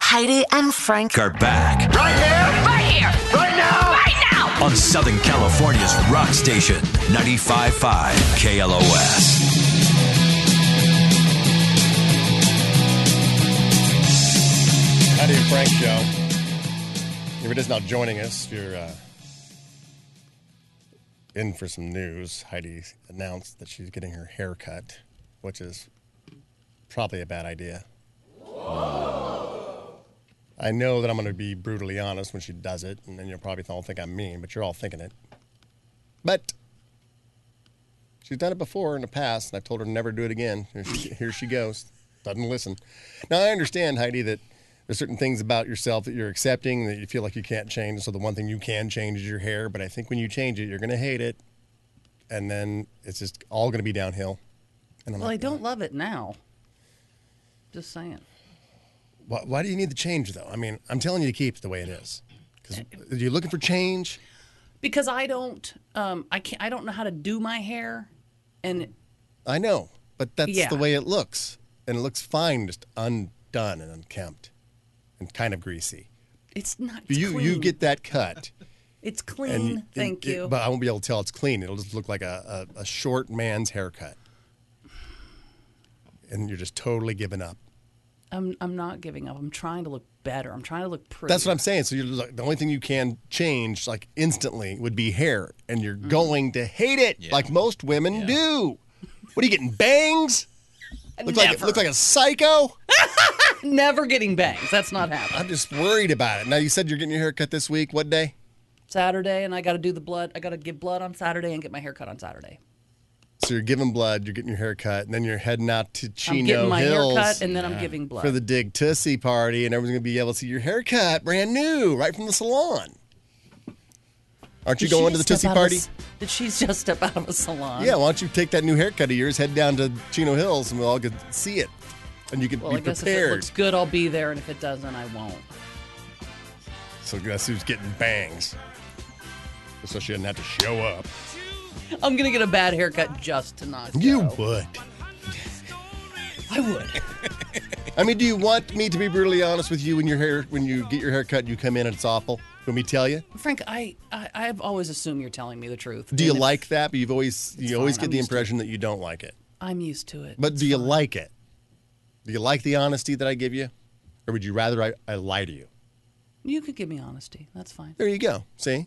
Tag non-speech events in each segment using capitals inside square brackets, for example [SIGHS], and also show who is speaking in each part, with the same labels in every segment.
Speaker 1: Heidi and Frank
Speaker 2: are back
Speaker 3: Right here,
Speaker 4: Right here,
Speaker 3: right now.
Speaker 4: right now.
Speaker 2: on Southern California's rock station, 95.5 KLOS.
Speaker 5: Howdy and Frank show. If it is now joining us, you're uh, in for some news. Heidi announced that she's getting her hair cut, which is probably a bad idea. I know that I'm going to be brutally honest when she does it, and then you'll probably all think I'm mean, but you're all thinking it. But she's done it before in the past, and I told her never to do it again. Here she, here she goes. Doesn't listen. Now, I understand, Heidi, that there's certain things about yourself that you're accepting that you feel like you can't change. So the one thing you can change is your hair. But I think when you change it, you're going to hate it. And then it's just all going to be downhill. And I'm
Speaker 6: Well, I
Speaker 5: like,
Speaker 6: don't love it now. Just saying.
Speaker 5: why, why do you need the change, though? I mean, I'm telling you to keep it the way it is. Because you're looking for change.
Speaker 6: Because I don't, um, I can't, I don't know how to do my hair, and
Speaker 5: I know, but that's
Speaker 6: Yeah.
Speaker 5: the way it looks. And it looks fine, just undone and unkempt and kind of greasy.
Speaker 6: it's not. It's
Speaker 5: you you
Speaker 6: clean.
Speaker 5: get that cut
Speaker 6: It's clean.
Speaker 5: and-
Speaker 6: thank
Speaker 5: and-
Speaker 6: you.
Speaker 5: but i won't be able to tell it's clean it'll just look like a, a, a short man's haircut and you're just totally giving up
Speaker 6: I'm, I'm not giving up. I'm trying to look better. I'm trying to look pretty.
Speaker 5: that's what i'm saying so you're like, the only thing you can change like instantly would be hair and you're
Speaker 6: Mm-hmm.
Speaker 5: going to hate it like most women do what are you getting bangs look like
Speaker 6: Never.
Speaker 5: look like a psycho
Speaker 6: Never getting bangs. That's not happening.
Speaker 5: i'm just worried about it now you said you're getting your haircut this week what day
Speaker 6: Saturday, and I got to do the blood. I got to give blood on Saturday and get my hair cut on Saturday.
Speaker 5: so you're giving blood you're getting your haircut and then you're heading out to chino
Speaker 6: I'm getting my
Speaker 5: hills
Speaker 6: hair cut, and then I'm giving blood.
Speaker 5: for the Dig Tussie party, and everyone's gonna be able to see your haircut, brand new, right from the salon. Aren't you
Speaker 6: Did she
Speaker 5: going to the
Speaker 6: just
Speaker 5: Tussie
Speaker 6: step out of a
Speaker 5: party?
Speaker 6: s- Did she just step out of a salon?
Speaker 5: yeah, why don't you take that new haircut of yours, head down to Chino Hills, and we'll all get to see it, and you can
Speaker 6: Well,
Speaker 5: be
Speaker 6: I guess if it
Speaker 5: prepared.
Speaker 6: looks good, I'll be there, and if it doesn't, I won't.
Speaker 5: So guess who's getting bangs? So she doesn't have to show up.
Speaker 6: I'm gonna get a bad haircut just to not.
Speaker 5: You
Speaker 6: go.
Speaker 5: would.
Speaker 6: I would.
Speaker 5: I mean, do you want me to be brutally honest with you when your hair when you get your haircut, you come in and it's awful? When we tell you,
Speaker 6: Frank, I, I I've always assumed you're telling me the truth.
Speaker 5: do you
Speaker 6: And if-
Speaker 5: like that? But you've always you always
Speaker 6: fine,
Speaker 5: get
Speaker 6: I'm
Speaker 5: the
Speaker 6: used to
Speaker 5: impression that you don't like it.
Speaker 6: I'm used to it.
Speaker 5: But do you like it? Do you like the honesty that I give you? Or would you rather I, I lie to you?
Speaker 6: you could give me honesty. That's fine.
Speaker 5: There you go. See?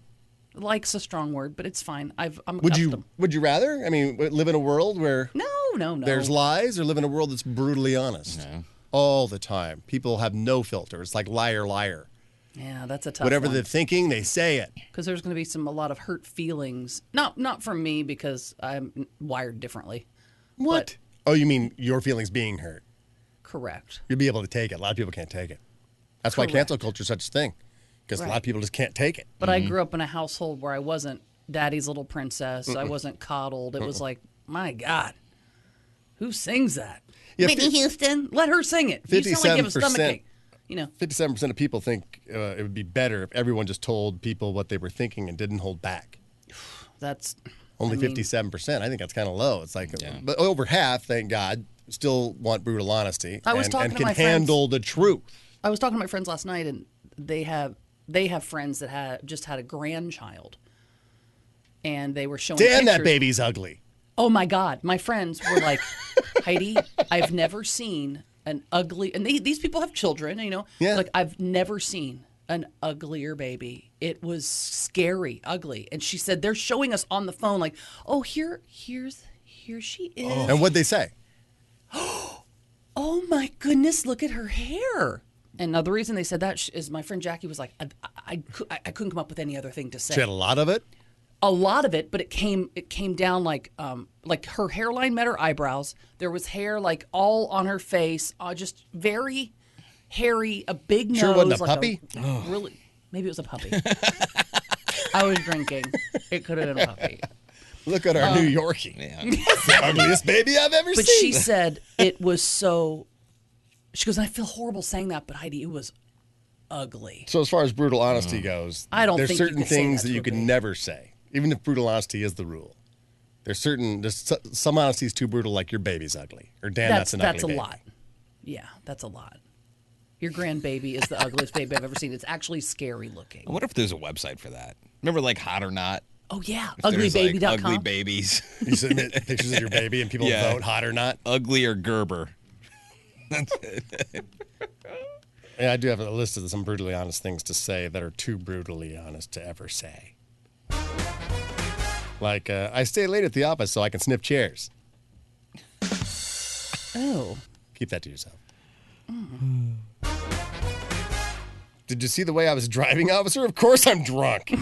Speaker 6: Like's a strong word, but it's fine. I've I'm
Speaker 5: Would you
Speaker 6: accustomed.
Speaker 5: would you rather? I mean, w- live in a world where
Speaker 6: No, no, no.
Speaker 5: there's lies or live in a world that's brutally honest? All the time. People have no filter. It's like liar liar.
Speaker 6: yeah, that's a tough.
Speaker 5: Whatever
Speaker 6: one.
Speaker 5: they're thinking, they say it.
Speaker 6: because there's going to be some a lot of hurt feelings. Not not from me because I'm wired differently.
Speaker 5: What? oh, you mean your feelings being hurt.
Speaker 6: Correct.
Speaker 5: You'll be able to take it. A lot of people can't take it. That's why cancel culture is such a thing. Because a lot of
Speaker 6: Right.
Speaker 5: people just can't take it.
Speaker 6: But I grew up in a household where I wasn't daddy's little princess. I wasn't coddled. It was like, my God, who sings that?
Speaker 5: Yeah,
Speaker 6: Whitney
Speaker 5: fif-
Speaker 6: Houston. Let her sing it. You sound like you have
Speaker 5: 57%.
Speaker 6: a stomach ache. You know,
Speaker 5: 57% of people think uh, it would be better if everyone just told people what they were thinking and didn't hold back.
Speaker 6: that's
Speaker 5: Only
Speaker 6: I mean,
Speaker 5: 57%. I think that's kind of low. It's like, but over half, thank God, still want brutal honesty
Speaker 6: I was
Speaker 5: and,
Speaker 6: talking
Speaker 5: and
Speaker 6: to
Speaker 5: can
Speaker 6: my friends-
Speaker 5: handle the truth.
Speaker 6: I was talking to my friends last night, and they have they have friends that had just had a grandchild, and they were showing.
Speaker 5: Damn, that
Speaker 6: pictures.
Speaker 5: baby's ugly.
Speaker 6: Oh my God! My friends were like, Heidi, I've never seen an ugly. And they, these people have children, you know.
Speaker 5: Yeah.
Speaker 6: Like I've never seen an uglier baby. It was scary, ugly. And she said they're showing us on the phone, like, oh here, here's here she is.
Speaker 5: And what'd they say?
Speaker 6: oh my goodness, look at her hair. And now the reason they said that sh- is my friend Jackie was like, I, I, I, cou- I- I couldn't come up with any other thing to say.
Speaker 5: She had a lot of it.
Speaker 6: A lot of it, but it came it came down like um like her hairline met her eyebrows. There was hair like all on her face, uh, just very hairy, a big nose.
Speaker 5: Sure wasn't a
Speaker 6: like
Speaker 5: puppy?
Speaker 6: really, maybe it was
Speaker 5: [LAUGHS]
Speaker 6: a puppy. I was drinking. It could have been a
Speaker 5: [LAUGHS]
Speaker 6: puppy.
Speaker 5: Look at our New Yorkie. It's the [LAUGHS] ugliest baby I've ever
Speaker 6: Oh. But
Speaker 5: seen.
Speaker 6: she said it was so. She goes, I feel horrible saying that, but Heidi, it was ugly.
Speaker 5: So as far as brutal honesty goes,
Speaker 6: I don't
Speaker 5: There's
Speaker 6: think you
Speaker 5: certain
Speaker 6: could say
Speaker 5: things that,
Speaker 6: that to
Speaker 5: you
Speaker 6: a
Speaker 5: can
Speaker 6: baby.
Speaker 5: never say, even if brutal honesty is the rule. There's certain there's so- some honesty is too brutal, like your baby's ugly, or damn, that's,
Speaker 6: that's
Speaker 5: an
Speaker 6: that's a
Speaker 5: ugly baby.
Speaker 6: lot. Yeah, that's a lot. Your grandbaby is the ugliest baby I've ever seen. It's actually scary looking.
Speaker 1: I wonder if there's a website for that. Remember, like Hot or Not?
Speaker 6: Oh yeah,
Speaker 1: There's,
Speaker 6: uglybaby.com.
Speaker 1: Like, ugly babies. [LAUGHS]
Speaker 5: You submit
Speaker 6: [LAUGHS]
Speaker 5: pictures of your baby and people
Speaker 1: Yeah.
Speaker 5: vote hot or not.
Speaker 1: ugly or Gerber.
Speaker 5: Yeah, I do have a list of some brutally honest things to say that are too brutally honest to ever say. Like, uh, I stay late at the office so I can sniff chairs.
Speaker 6: oh,
Speaker 5: Keep that to yourself. [SIGHS] Did you see the way I was driving, officer? Of course I'm drunk.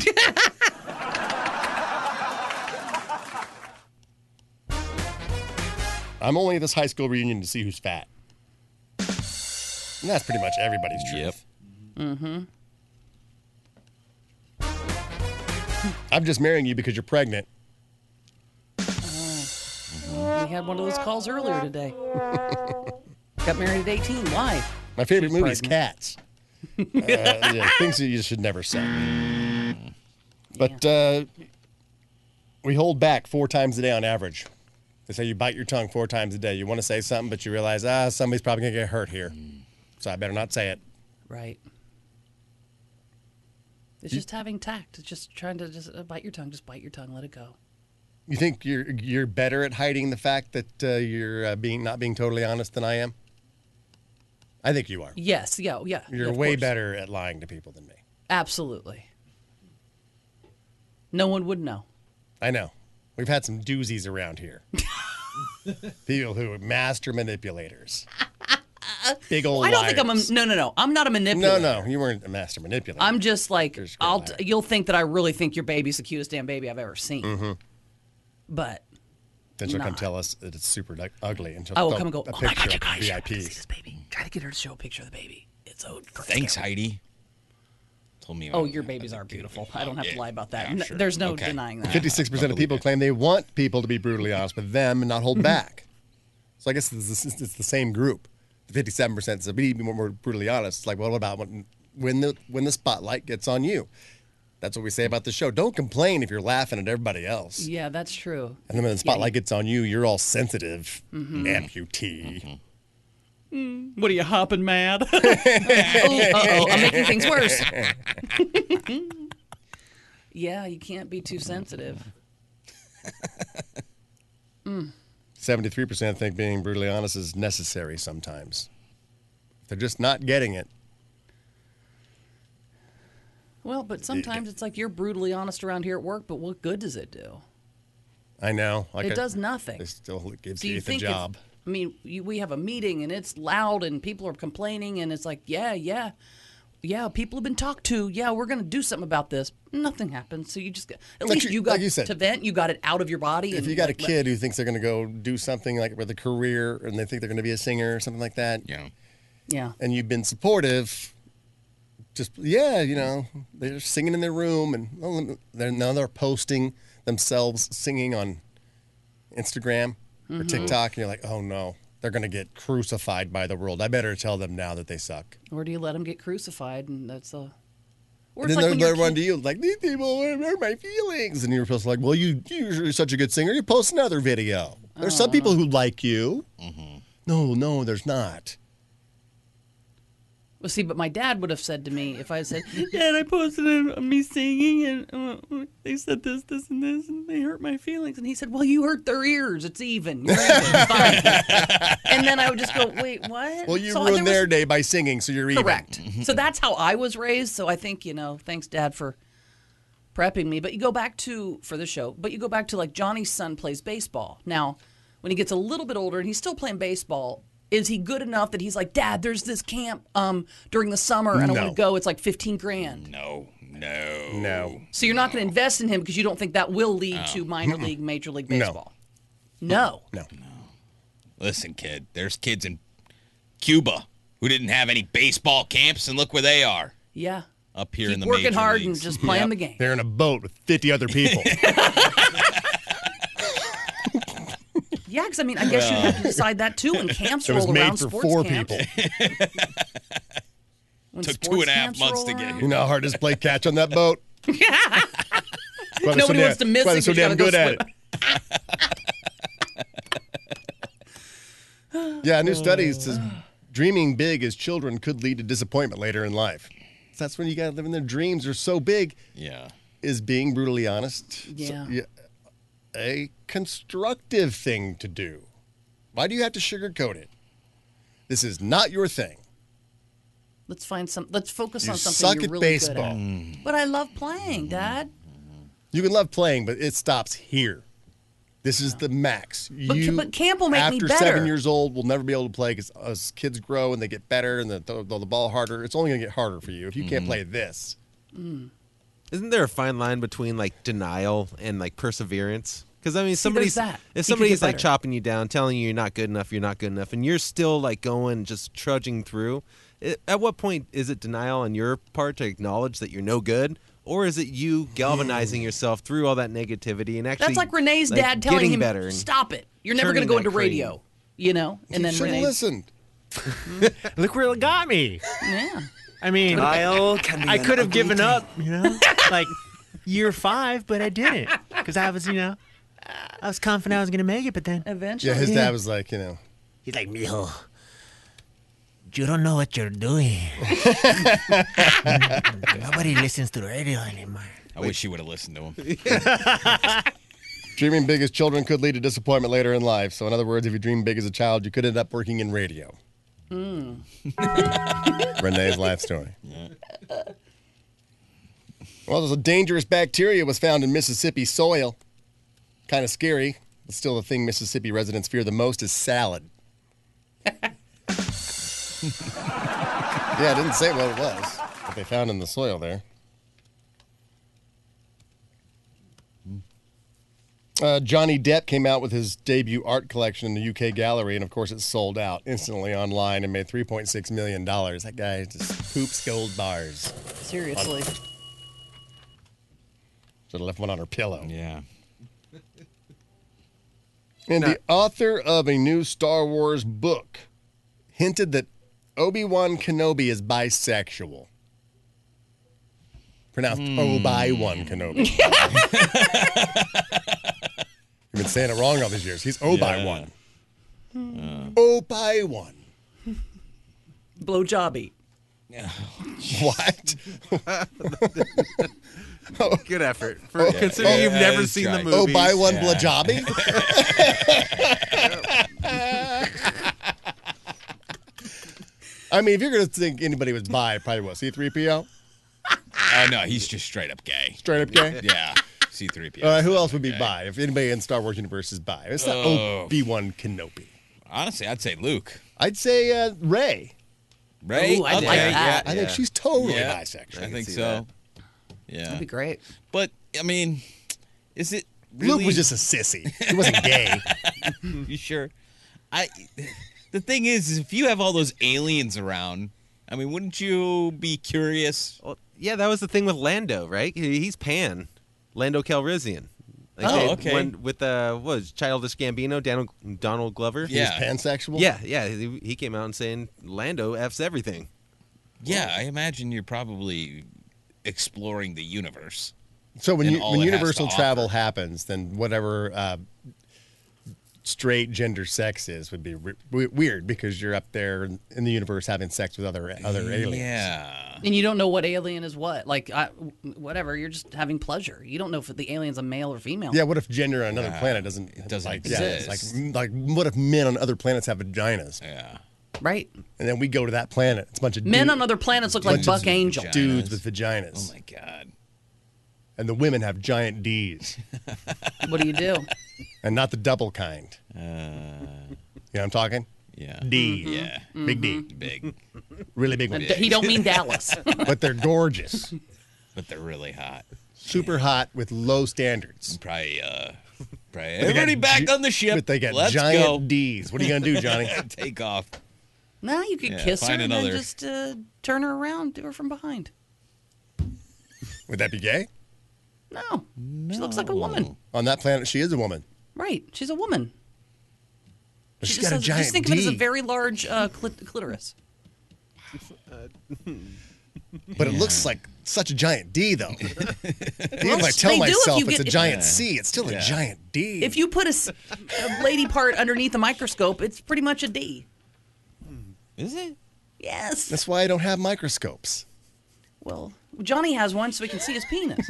Speaker 5: I'm only at this high school reunion to see who's fat. And that's pretty much everybody's truth.
Speaker 1: Yep.
Speaker 5: I'm just marrying you because you're pregnant.
Speaker 6: we had one of those calls earlier today. Got married at 18. Why?
Speaker 5: My favorite movie is
Speaker 6: pregnant. [LAUGHS]
Speaker 5: Cats. Uh, yeah, things that you should never
Speaker 6: [SIGHS]
Speaker 5: say. But uh, we hold back four times a day on average. They say you bite your tongue four times a day. You want to say something, but you realize, ah, somebody's probably going to get hurt here. So I better not say it.
Speaker 6: Right. It's just having tact. It's just trying to just uh, bite your tongue. Just bite your tongue. Let it go.
Speaker 5: You think you're you're better at hiding the fact that uh, you're uh, being not being totally honest than I am? I think you are.
Speaker 6: Yes. Yeah. oh, Yeah.
Speaker 5: You're
Speaker 6: of
Speaker 5: way
Speaker 6: course.
Speaker 5: better at lying to people than me.
Speaker 6: Absolutely. No one would know.
Speaker 5: I know. We've had some doozies around
Speaker 6: [LAUGHS]
Speaker 5: here. People who are master
Speaker 6: [LAUGHS]
Speaker 5: manipulators. Big old
Speaker 6: I don't think I'm a
Speaker 5: liars.
Speaker 6: no no no. I'm not a
Speaker 5: No,
Speaker 6: manipulator.
Speaker 5: no, you weren't a master manipulator.
Speaker 6: I'm just like
Speaker 5: There's a
Speaker 6: I'll
Speaker 5: liar.
Speaker 6: t- you'll think that I really think your baby's the cutest damn baby I've ever seen.
Speaker 5: Mm-hmm.
Speaker 6: But
Speaker 5: then she'll come
Speaker 6: not.
Speaker 5: tell us that it's super du- ugly, and she'll
Speaker 6: I will
Speaker 5: throw
Speaker 6: come and go.
Speaker 5: a
Speaker 6: Oh my god,
Speaker 5: picture
Speaker 6: you
Speaker 5: of
Speaker 6: guys, you gotta see
Speaker 5: VIP.
Speaker 6: this baby. Try to get her to show a picture of the baby. It's so
Speaker 1: Thanks, Heidi. Told me.
Speaker 6: Oh, your babies are beautiful. I don't have to
Speaker 1: Yeah,
Speaker 6: lie about that.
Speaker 1: yeah,
Speaker 6: N-
Speaker 1: sure.
Speaker 6: There's no
Speaker 1: Okay.
Speaker 6: denying that.
Speaker 5: Fifty-six percent of people claim they want people to be brutally honest with them and not
Speaker 6: Mm-hmm.
Speaker 5: hold back. So I guess it's, it's, it's the same group. Fifty-seven percent said be more more brutally honest. It's like, well, what about when, when the when the spotlight gets on you? That's what we say about the show. Don't complain if you're laughing at everybody else.
Speaker 6: Yeah, that's true.
Speaker 5: And then when the spotlight gets on you, you're all sensitive,
Speaker 6: Mm-hmm.
Speaker 5: amputee.
Speaker 6: What are you hopping mad? oh, uh-oh, I'm making things worse. yeah, you can't be too sensitive.
Speaker 5: 73% think being brutally honest is necessary sometimes. They're just not getting it.
Speaker 6: Well, but sometimes it's like you're brutally honest around here at work, but what good does it do?
Speaker 5: I know. Like
Speaker 6: It
Speaker 5: I-
Speaker 6: does nothing.
Speaker 5: It still gives
Speaker 6: Do you
Speaker 5: you the
Speaker 6: think it's-
Speaker 5: job.
Speaker 6: I mean, you, we have a meeting and it's loud and people are complaining and it's like, yeah, yeah, yeah, people have been talked to. Yeah, we're going to do something about this. Nothing happens. So you just, at least
Speaker 5: you-
Speaker 6: you, got
Speaker 5: like you said.
Speaker 6: to vent, you got it out of your body.
Speaker 5: If
Speaker 6: and
Speaker 5: you got a
Speaker 6: like, let-
Speaker 5: kid who thinks they're going to go do something like with a career and they think they're going to be a singer or something like that,
Speaker 1: Yeah.
Speaker 6: yeah.
Speaker 5: and you've been supportive, just yeah, you know, they're singing in their room and oh, they're now they're posting themselves singing on Instagram or TikTok, and you're like, oh no, they're gonna get crucified by the world. I better tell them now that they suck.
Speaker 6: Or do you let them get crucified? And that's a. Or
Speaker 5: And then
Speaker 6: it's like
Speaker 5: they're,
Speaker 6: when
Speaker 5: they're
Speaker 6: your
Speaker 5: running
Speaker 6: kid,
Speaker 5: to you like these people are hurt my feelings, and you're supposed to like, well, you you're such a good singer. You post another video. There's some people who like you. No, no, there's not.
Speaker 6: well, see, but my dad would have said to me if I had said, [LAUGHS] "Dad, I posted a- a me singing, and uh, uh, they said this, this, and this, and they hurt my feelings," and he said, "Well, you hurt their ears. It's
Speaker 5: [LAUGHS]
Speaker 6: even." You're even. Fine." and then I would just go, "Wait, what?"
Speaker 5: Well, you
Speaker 6: So there
Speaker 5: ruined
Speaker 6: was-
Speaker 5: their day by singing, so you're even. Mm-hmm.
Speaker 6: Correct. so that's how I was raised. So I think, you know, thanks, Dad, for prepping me. But you go back to, for the show, but you go back to like Johnny's son plays baseball. Now, when he gets a little bit older and he's still playing baseball, is he good enough that he's like, Dad, there's this camp um, during the summer and I
Speaker 5: No.
Speaker 6: want to go? It's like 15 grand.
Speaker 1: No. No.
Speaker 5: No.
Speaker 6: So you're not going to invest in him because you don't think that will lead to minor league, major league
Speaker 5: No.
Speaker 6: baseball. No.
Speaker 5: No.
Speaker 1: Listen, kid. There's kids in Cuba who didn't have any baseball camps, and look where they are
Speaker 6: Yeah.
Speaker 1: up here in
Speaker 6: Keep
Speaker 1: the
Speaker 6: working
Speaker 1: major
Speaker 6: hard
Speaker 1: leagues.
Speaker 6: and just playing the game.
Speaker 5: They're in a boat with 50 other
Speaker 6: [LAUGHS]
Speaker 5: people.
Speaker 6: Yeah, because I mean, I guess you have to decide that too when
Speaker 5: [LAUGHS]
Speaker 6: camps
Speaker 5: it was
Speaker 6: roll around.
Speaker 5: made for
Speaker 6: sports
Speaker 5: four
Speaker 6: camps.
Speaker 5: people.
Speaker 6: When
Speaker 1: Took two
Speaker 6: sports
Speaker 1: and a half
Speaker 6: camps
Speaker 1: months to
Speaker 6: roll
Speaker 1: get
Speaker 6: around.
Speaker 5: You know how hard it is to play catch on that
Speaker 6: [LAUGHS]
Speaker 5: boat? Why they're
Speaker 6: Nobody
Speaker 5: damn-
Speaker 6: wants to miss
Speaker 5: why
Speaker 6: it
Speaker 5: they're so
Speaker 6: 'cause you
Speaker 5: damn
Speaker 6: gotta
Speaker 5: good
Speaker 6: go
Speaker 5: at [LAUGHS] it. yeah, a new study says Dreaming big as children could lead to disappointment later in life. So that's when you got to live in their dreams. They're so big,
Speaker 1: Yeah.
Speaker 5: is being brutally honest so-
Speaker 6: Yeah.
Speaker 5: a constructive thing to do. Why do you have to sugarcoat it? This is not your thing.
Speaker 6: Let's find some. Let's focus
Speaker 5: You
Speaker 6: on something
Speaker 5: suck
Speaker 6: you're
Speaker 5: at
Speaker 6: really
Speaker 5: baseball.
Speaker 6: good at. But I love playing, Dad.
Speaker 5: You can love playing, but it stops here. This is the max.
Speaker 6: ca-
Speaker 5: you,
Speaker 6: but camp will make me
Speaker 5: after
Speaker 6: better.
Speaker 5: seven years old, will never be able to play because as kids grow and they get better and they throw the ball harder, it's only going to get harder for you if you can't play this.
Speaker 3: Isn't there a fine line between like denial and like perseverance? Because I mean,
Speaker 6: See,
Speaker 3: somebody's
Speaker 6: there's that. He could
Speaker 3: if somebody's
Speaker 6: get
Speaker 3: like
Speaker 6: better.
Speaker 3: chopping you down, telling you you're not good enough, you're not good enough, and you're still like going, just trudging through. It, at what point is it denial on your part to acknowledge that you're no good, or is it you galvanizing yourself through all that negativity and actually
Speaker 6: That's like Renee's
Speaker 3: like,
Speaker 6: dad telling
Speaker 3: getting
Speaker 6: him,
Speaker 3: better and
Speaker 6: "Stop it! You're never going
Speaker 3: turning
Speaker 6: to go
Speaker 3: that
Speaker 6: into
Speaker 3: cream."
Speaker 6: radio." You know, and then
Speaker 5: you should
Speaker 6: Renee.
Speaker 5: listened.
Speaker 4: Look where it got me.
Speaker 6: Yeah.
Speaker 4: I mean, I could have given up, you know, like year five, but I didn't because I was, you know, I was confident I was gonna make it, but then
Speaker 6: Eventually.
Speaker 5: Yeah, his dad was like, you know,
Speaker 4: he's like, "Mijo, you don't know what you're doing. Nobody listens to the radio anymore."
Speaker 1: I wish you would have listened to him.
Speaker 5: dreaming big as children could lead to disappointment later in life. So, in other words, if you dream big as a child, you could end up working in radio. Renee's life story. Well, there's a dangerous bacteria was found in Mississippi soil. Kind of scary, but still the thing Mississippi residents fear the most is salad. yeah, I didn't say what it was, but they found in the soil there. Uh, Johnny Depp came out with his debut art collection in the UK gallery, and of course, it sold out instantly online and made 3.6 million dollars. That guy just poops gold bars.
Speaker 6: Seriously.
Speaker 5: Should have left one on her pillow.
Speaker 1: Yeah.
Speaker 5: And the author of a new Star Wars book hinted that Obi Wan Kenobi is bisexual. Pronounced Obi Wan Kenobi. You've been saying it wrong all these years. He's Obi Wan. Obi Wan.
Speaker 6: Blow jobby.
Speaker 5: [LAUGHS]
Speaker 1: [LAUGHS]
Speaker 5: What?
Speaker 3: good effort. For considering
Speaker 5: Oh,
Speaker 3: you've
Speaker 1: yeah,
Speaker 3: never
Speaker 1: he's
Speaker 3: seen
Speaker 1: trying.
Speaker 3: the
Speaker 5: Oh,
Speaker 3: movie,
Speaker 5: buy one
Speaker 1: Yeah. [LAUGHS]
Speaker 5: blowjobby? I mean, if you're going to think anybody was bi, it probably was C3PO.
Speaker 1: Oh no, he's just straight up gay.
Speaker 5: Straight up gay.
Speaker 1: Yeah. C3PO.
Speaker 5: All right, who else would be bi? If anybody in Star Wars universe is bi, it's not
Speaker 1: Oh.
Speaker 5: Obi-Wan Kenobi.
Speaker 1: Honestly, I'd say Luke.
Speaker 5: I'd say uh, Ray.
Speaker 1: Right?
Speaker 6: Ooh, I like that.
Speaker 5: I think she's totally
Speaker 1: Yeah.
Speaker 5: bisexual.
Speaker 1: I, think
Speaker 3: see
Speaker 1: so.
Speaker 3: that.
Speaker 1: Yeah.
Speaker 6: That'd be great.
Speaker 1: But I mean, is it really
Speaker 5: Luke was just a sissy. He wasn't gay.
Speaker 1: you sure? I [LAUGHS] the thing is, is if you have all those aliens around, I mean, wouldn't you be curious?
Speaker 3: Well, yeah, that was the thing with Lando, right? He- He's Pan, Lando Calrissian. Like
Speaker 1: Oh,
Speaker 3: they
Speaker 1: okay.
Speaker 3: went with uh, what was it, Childish Gambino, Donald, Donald Glover.
Speaker 1: [LAUGHS] Yeah.
Speaker 5: Pansexual.
Speaker 3: yeah, yeah. He, he came out and saying Lando f's everything.
Speaker 1: Yeah, I imagine you're probably exploring the universe.
Speaker 5: So when
Speaker 1: and
Speaker 5: you,
Speaker 1: all
Speaker 5: when
Speaker 1: it has to
Speaker 5: universal
Speaker 1: offer.
Speaker 5: travel happens, then whatever uh, straight gender sex is would be re- we- weird because you're up there in in the universe having sex with other other aliens.
Speaker 1: Yeah.
Speaker 6: And you don't know what alien is what. Like, I, whatever. You're just having pleasure. You don't know if the alien's a male or female.
Speaker 5: Yeah, what if gender on another planet doesn't it
Speaker 1: doesn't
Speaker 5: like, yeah, it's
Speaker 1: exist.
Speaker 5: like like what if men on other planets have vaginas?
Speaker 1: Yeah.
Speaker 6: Right.
Speaker 5: And then we go to that planet. It's a bunch of
Speaker 6: Men
Speaker 5: dudes,
Speaker 6: on other planets look like
Speaker 1: Dudes
Speaker 6: Buck
Speaker 1: with
Speaker 6: Angel.
Speaker 1: vaginas.
Speaker 5: dudes with
Speaker 1: Oh
Speaker 5: vaginas.
Speaker 1: my god.
Speaker 5: and the women have giant D's
Speaker 1: [LAUGHS]
Speaker 6: What do you do?
Speaker 5: and not the double kind.
Speaker 1: Uh.
Speaker 5: you know what I'm talking?
Speaker 1: Yeah.
Speaker 5: D.
Speaker 1: Mm-hmm. Yeah.
Speaker 5: Big
Speaker 6: Mm-hmm.
Speaker 5: D.
Speaker 1: Big,
Speaker 5: Really big one.
Speaker 6: And he don't mean Dallas.
Speaker 5: But they're gorgeous.
Speaker 1: but they're really hot.
Speaker 5: Super hot with low standards.
Speaker 1: Probably. uh Probably.
Speaker 5: They got
Speaker 1: Everybody back
Speaker 5: gi-
Speaker 1: on the ship.
Speaker 5: But they got
Speaker 1: Let's
Speaker 5: giant
Speaker 1: go.
Speaker 5: D's. What are you gonna do, Johnny?
Speaker 1: [LAUGHS] Take off.
Speaker 6: now you could
Speaker 1: Yeah,
Speaker 6: kiss her
Speaker 1: find
Speaker 6: and
Speaker 1: another.
Speaker 6: then just uh, turn her around, do her from behind.
Speaker 5: Would that be gay?
Speaker 6: No. She looks like a woman.
Speaker 5: On that planet, she is a woman.
Speaker 6: Right. She's a woman.
Speaker 5: But
Speaker 6: She
Speaker 5: she's
Speaker 6: just
Speaker 5: got a
Speaker 6: has-
Speaker 5: giant
Speaker 6: Just think
Speaker 5: D.
Speaker 6: of it as a very large uh, clit- clitoris.
Speaker 5: but it looks like such a giant
Speaker 1: [LAUGHS]
Speaker 5: D, though. Even if I tell
Speaker 6: they do if
Speaker 5: myself
Speaker 6: you
Speaker 5: it's
Speaker 6: get-
Speaker 5: a giant C, it's still a giant D.
Speaker 6: If you put a, s- a lady part underneath a microscope, it's pretty much a D.
Speaker 1: Is it?
Speaker 6: Yes.
Speaker 5: That's why I don't have microscopes.
Speaker 6: Well, Johnny has one so we can see his
Speaker 5: [LAUGHS]
Speaker 6: penis.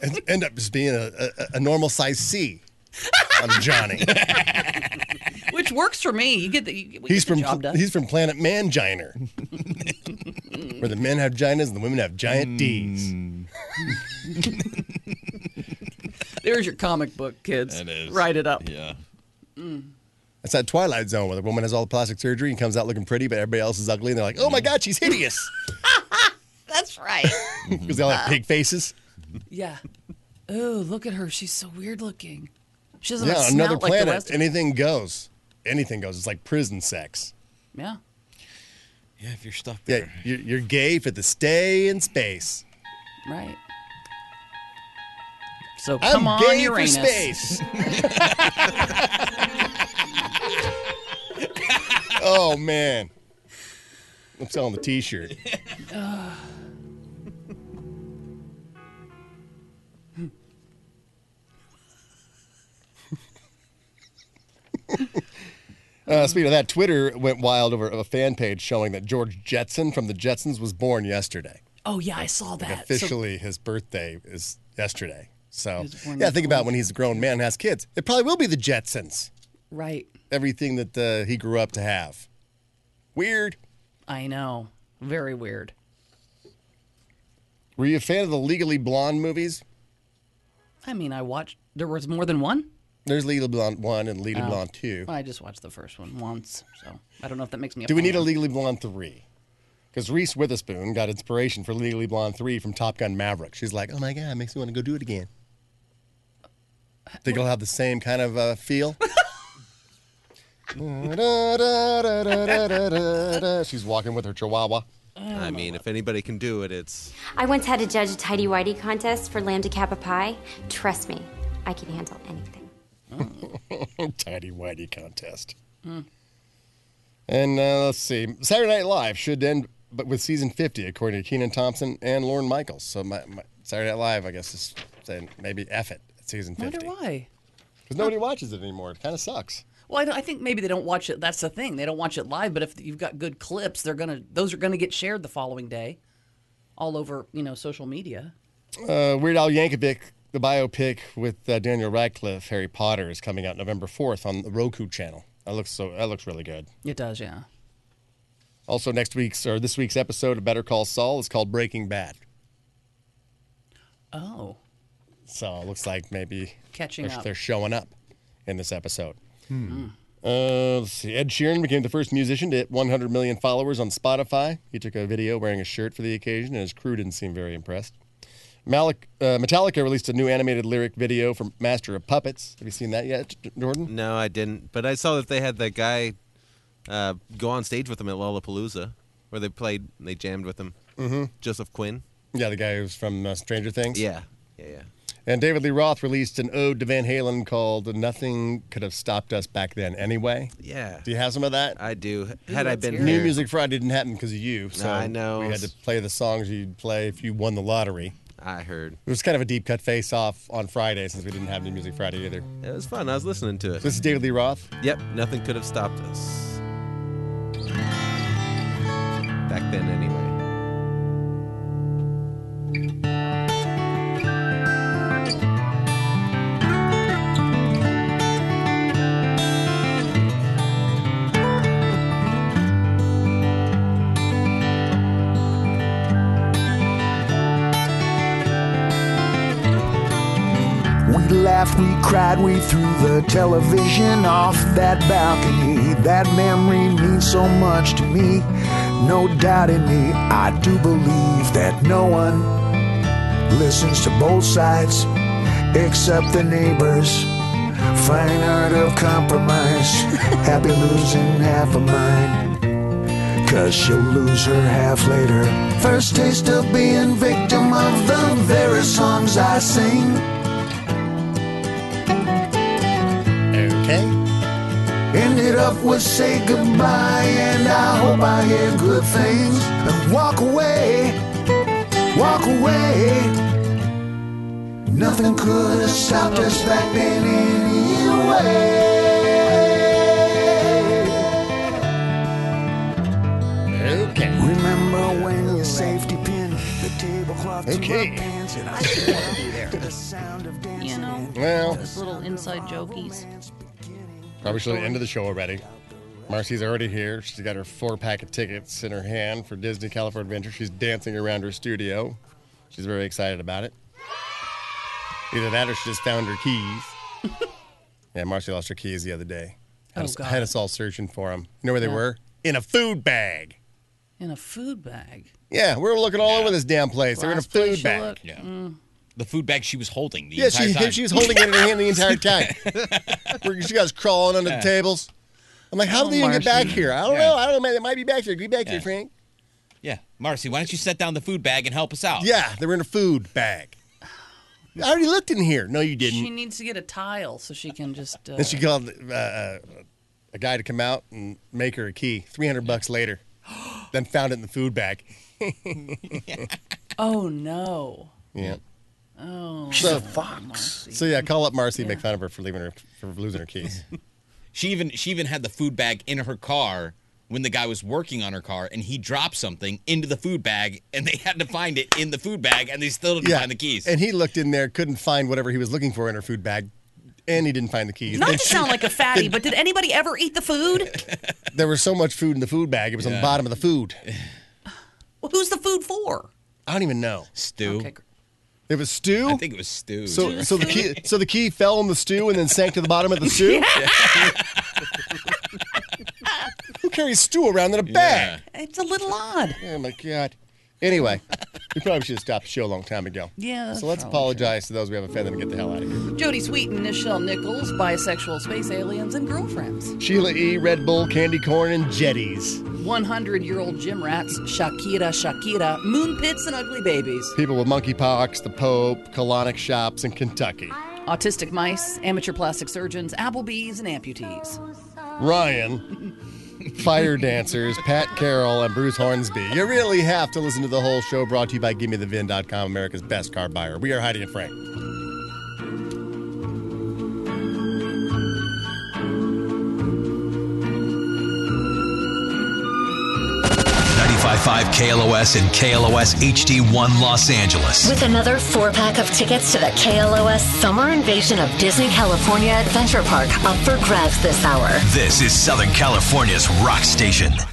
Speaker 5: And end up just being a, a, a normal size C on Johnny.
Speaker 6: [LAUGHS] which works for me. You get the, you, we
Speaker 5: He's
Speaker 6: get
Speaker 5: from
Speaker 6: the job done.
Speaker 5: he's from Planet
Speaker 6: [LAUGHS]
Speaker 5: Manginer, where the men have ginas and the women have giant D's.
Speaker 6: There's your comic book, kids.
Speaker 1: That is.
Speaker 6: Write it up.
Speaker 1: Yeah.
Speaker 5: It's that Twilight Zone where the woman has all the plastic surgery and comes out looking pretty, but everybody else is ugly, and they're like, "Oh my God, she's hideous,"
Speaker 6: [LAUGHS]
Speaker 5: [LAUGHS]
Speaker 6: That's right.
Speaker 5: because they all have pig faces.
Speaker 6: yeah. Oh, look at her. She's so weird looking. She doesn't
Speaker 5: Yeah,
Speaker 6: have
Speaker 5: on
Speaker 6: a
Speaker 5: another
Speaker 6: snout like
Speaker 5: planet,
Speaker 6: the rest of
Speaker 5: anything goes. Anything goes. It's like prison sex.
Speaker 6: Yeah.
Speaker 1: Yeah, if you're stuck there.
Speaker 5: Yeah, you're, you're gay for the stay in space.
Speaker 6: Right. So
Speaker 5: I'm
Speaker 6: come on,
Speaker 5: gay
Speaker 6: Uranus.
Speaker 5: for
Speaker 6: [LAUGHS]
Speaker 5: space. oh man, I'm selling the T-shirt.
Speaker 6: [SIGHS]
Speaker 5: Uh, speaking of that, Twitter went wild over a fan page showing that George Jetson from the Jetsons was born yesterday
Speaker 6: Oh yeah, I saw that. So,
Speaker 5: officially his birthday is yesterday. So
Speaker 6: was born
Speaker 5: yeah,
Speaker 6: on
Speaker 5: think
Speaker 6: the
Speaker 5: about when he's a grown man and has kids. It probably will be the Jetsons.
Speaker 6: right.
Speaker 5: Everything that uh, he grew up to have. Weird.
Speaker 6: I know. Very weird.
Speaker 5: Were you a fan of the Legally Blonde movies?
Speaker 6: I mean, I watched. There was more than one.
Speaker 5: There's Legally Blonde one and
Speaker 6: Oh.
Speaker 5: Legally Blonde two.
Speaker 6: I just watched the first one once, so I don't know if that makes me.
Speaker 5: Do we
Speaker 6: fan.
Speaker 5: need a Legally Blonde three? Because Reese Witherspoon got inspiration for Legally Blonde three from Top Gun Maverick. She's like, oh my god, makes me want to go do it again. Think it'll have the same kind of uh, feel. [LAUGHS] Da-da-da-da-da-da-da. She's walking with her chihuahua.
Speaker 3: I mean, if anybody can do it, it's
Speaker 7: I once had to judge a tidy whitey contest for Lambda Kappa Pi. Trust me, I can handle anything.
Speaker 5: Tidy whitey contest.
Speaker 6: Hmm.
Speaker 5: And uh, let's see, Saturday Night Live should end, but with season fifty, according to Keenan Thompson and Lauren Michaels. So my, my Saturday Night Live, I guess, is saying maybe F it at season
Speaker 6: I wonder
Speaker 5: fifty
Speaker 6: why.
Speaker 5: because nobody watches it anymore. It kind of sucks.
Speaker 6: Well, I, don't- I think maybe they don't watch it. That's the thing; they don't watch it live. But if you've got good clips, they're gonna those are gonna get shared the following day, all over you know social media.
Speaker 5: Uh, Weird Al Yankovic, the biopic with uh, Daniel Radcliffe, Harry Potter, is coming out November fourth on the Roku channel. That looks so. That looks really good.
Speaker 6: It does, yeah.
Speaker 5: Also, next week's or this week's episode of Better Call Saul is called Breaking Bad.
Speaker 6: Oh,
Speaker 5: So it looks like maybe
Speaker 6: Catching
Speaker 5: they're,
Speaker 6: up. Hmm.
Speaker 5: they're showing up in this episode. Uh, let's see. Ed Sheeran became the first musician to hit 100 million followers on Spotify. He took a video wearing a shirt for the occasion, and his crew didn't seem very impressed. Malik, uh, Metallica released a new animated lyric video for Master of Puppets. Have you seen that yet, J- Jordan?
Speaker 3: no, I didn't. But I saw that they had that guy uh, go on stage with them at Lollapalooza, where they played, they jammed with him. Mm-hmm. Joseph Quinn.
Speaker 5: Yeah, the guy who's from uh, Stranger Things.
Speaker 3: Yeah, yeah, yeah.
Speaker 5: And David Lee Roth released an ode to Van Halen called "Nothing Could Have Stopped Us Back Then." Anyway,
Speaker 3: Yeah,
Speaker 5: do you have some of that?
Speaker 3: I do. Had I
Speaker 6: let's
Speaker 3: been
Speaker 6: hear it.
Speaker 3: here,
Speaker 5: New Music Friday didn't happen because of you. So
Speaker 3: I know.
Speaker 5: We had to play the songs you'd play if you won the lottery.
Speaker 3: I heard
Speaker 5: It was kind of a deep cut face off on Friday since we didn't have New Music Friday either.
Speaker 3: it was fun. I was listening to it.
Speaker 5: This is David Lee Roth.
Speaker 3: Yep, nothing could have stopped us back then, anyway.
Speaker 8: We laughed, we cried, we threw the television off that balcony. That memory means so much to me. No doubt in me, I do believe that no one listens to both sides except the neighbors. Fine art of compromise. [LAUGHS] Happy losing half of mine. Cause she'll lose her half later. First taste of being victim of the very songs I sing.
Speaker 5: Okay.
Speaker 8: Ended up with say goodbye, and I hope I hear good things. And walk away, walk away. Nothing could have stopped us back then anyway.
Speaker 5: Okay.
Speaker 8: pants and I should be there. The sound of dancing
Speaker 6: You know,
Speaker 5: Well,
Speaker 6: those little inside jokies.
Speaker 5: probably should have ended the show already. Marcy's already here. She's got her four pack of tickets in her hand for Disney California Adventure. She's dancing around her studio. She's very excited about it. Either that or she just found her keys.
Speaker 6: [LAUGHS]
Speaker 5: yeah, Marcy lost her keys the other day. Had,
Speaker 6: Oh,
Speaker 5: us,
Speaker 6: God.
Speaker 5: had us all searching for them. You know where they
Speaker 6: Yeah.
Speaker 5: were? In a food bag.
Speaker 6: In a food bag.
Speaker 5: Yeah, we were looking all over this damn place. They were in a
Speaker 6: Last place
Speaker 5: food
Speaker 6: you
Speaker 5: bag.
Speaker 6: look.
Speaker 1: Yeah. The food bag she was holding the
Speaker 5: Yeah,
Speaker 1: entire
Speaker 5: she,
Speaker 1: time.
Speaker 5: she was holding it in her hand the entire time.
Speaker 1: [LAUGHS]
Speaker 5: Where she guys crawling under the tables. I'm like, how did they even get back here? I don't
Speaker 1: Yeah.
Speaker 5: know. I don't know. They might be back here. Get back here,
Speaker 1: Yeah.
Speaker 5: Frank.
Speaker 1: yeah, Marcy, why don't you set down the food bag and help us out?
Speaker 5: Yeah, they were in a food bag. I already looked in here. No, you
Speaker 6: She
Speaker 5: didn't.
Speaker 6: needs to get a tile so she can just. Uh,
Speaker 5: Then she called uh, uh, a guy to come out and make her a key. Three hundred
Speaker 1: [GASPS]
Speaker 5: bucks later. then found it in the food bag.
Speaker 6: oh no. Oh.
Speaker 5: Yeah.
Speaker 8: She's a fox.
Speaker 5: So yeah, call up Marcy. and Make fun of her for leaving her for losing
Speaker 1: [LAUGHS]
Speaker 5: her keys.
Speaker 1: She even she even had the food bag in her car when the guy was working on her car and he dropped something into the food bag and they had to find it in the food bag and they still didn't find the keys.
Speaker 5: And he looked in there, couldn't find whatever he was looking for in her food bag, and he didn't find the keys.
Speaker 6: Not to sound like a fatty, but did anybody ever eat the food?
Speaker 5: There was so much food in the food bag, it was on the bottom of the food.
Speaker 6: Well, who's the food for?
Speaker 5: I don't even know.
Speaker 1: stew.
Speaker 6: Okay, gr-
Speaker 5: It was stew.
Speaker 1: I think it was stew.
Speaker 5: so. So the key, so the key fell in the stew and then sank to the bottom of the stew. [LAUGHS] Who carries stew around in a
Speaker 1: yeah.
Speaker 5: bag?
Speaker 6: it's a little odd.
Speaker 5: Oh my god. Anyway, we probably should have stopped the show a long time ago.
Speaker 6: Yeah, that's
Speaker 5: So let's
Speaker 6: probably
Speaker 5: apologize to those we have offended and get the hell out of here.
Speaker 6: Jody Sweeten, Nichelle Nichols, bisexual space aliens, and girlfriends.
Speaker 5: Sheila E. Red Bull, candy corn, and jetties.
Speaker 6: 100 year old gym rats, Shakira, Shakira, moon pits, and ugly babies.
Speaker 5: People with monkeypox, the Pope, colonic shops in Kentucky.
Speaker 6: Autistic mice, amateur plastic surgeons, Applebee's, and amputees.
Speaker 5: Ryan, Fire Dancers, Pat Carroll, and Bruce Hornsby. You really have to listen to the whole show brought to you by GimmeTheVin.com, America's best car buyer. We are Heidi and Frank.
Speaker 2: Ninety-five-five KLOS and KLOS HD1 Los Angeles.
Speaker 9: With another four pack of tickets to the KLOS Summer Invasion of Disney California Adventure Park up for grabs this hour.
Speaker 2: This is Southern California's rock station,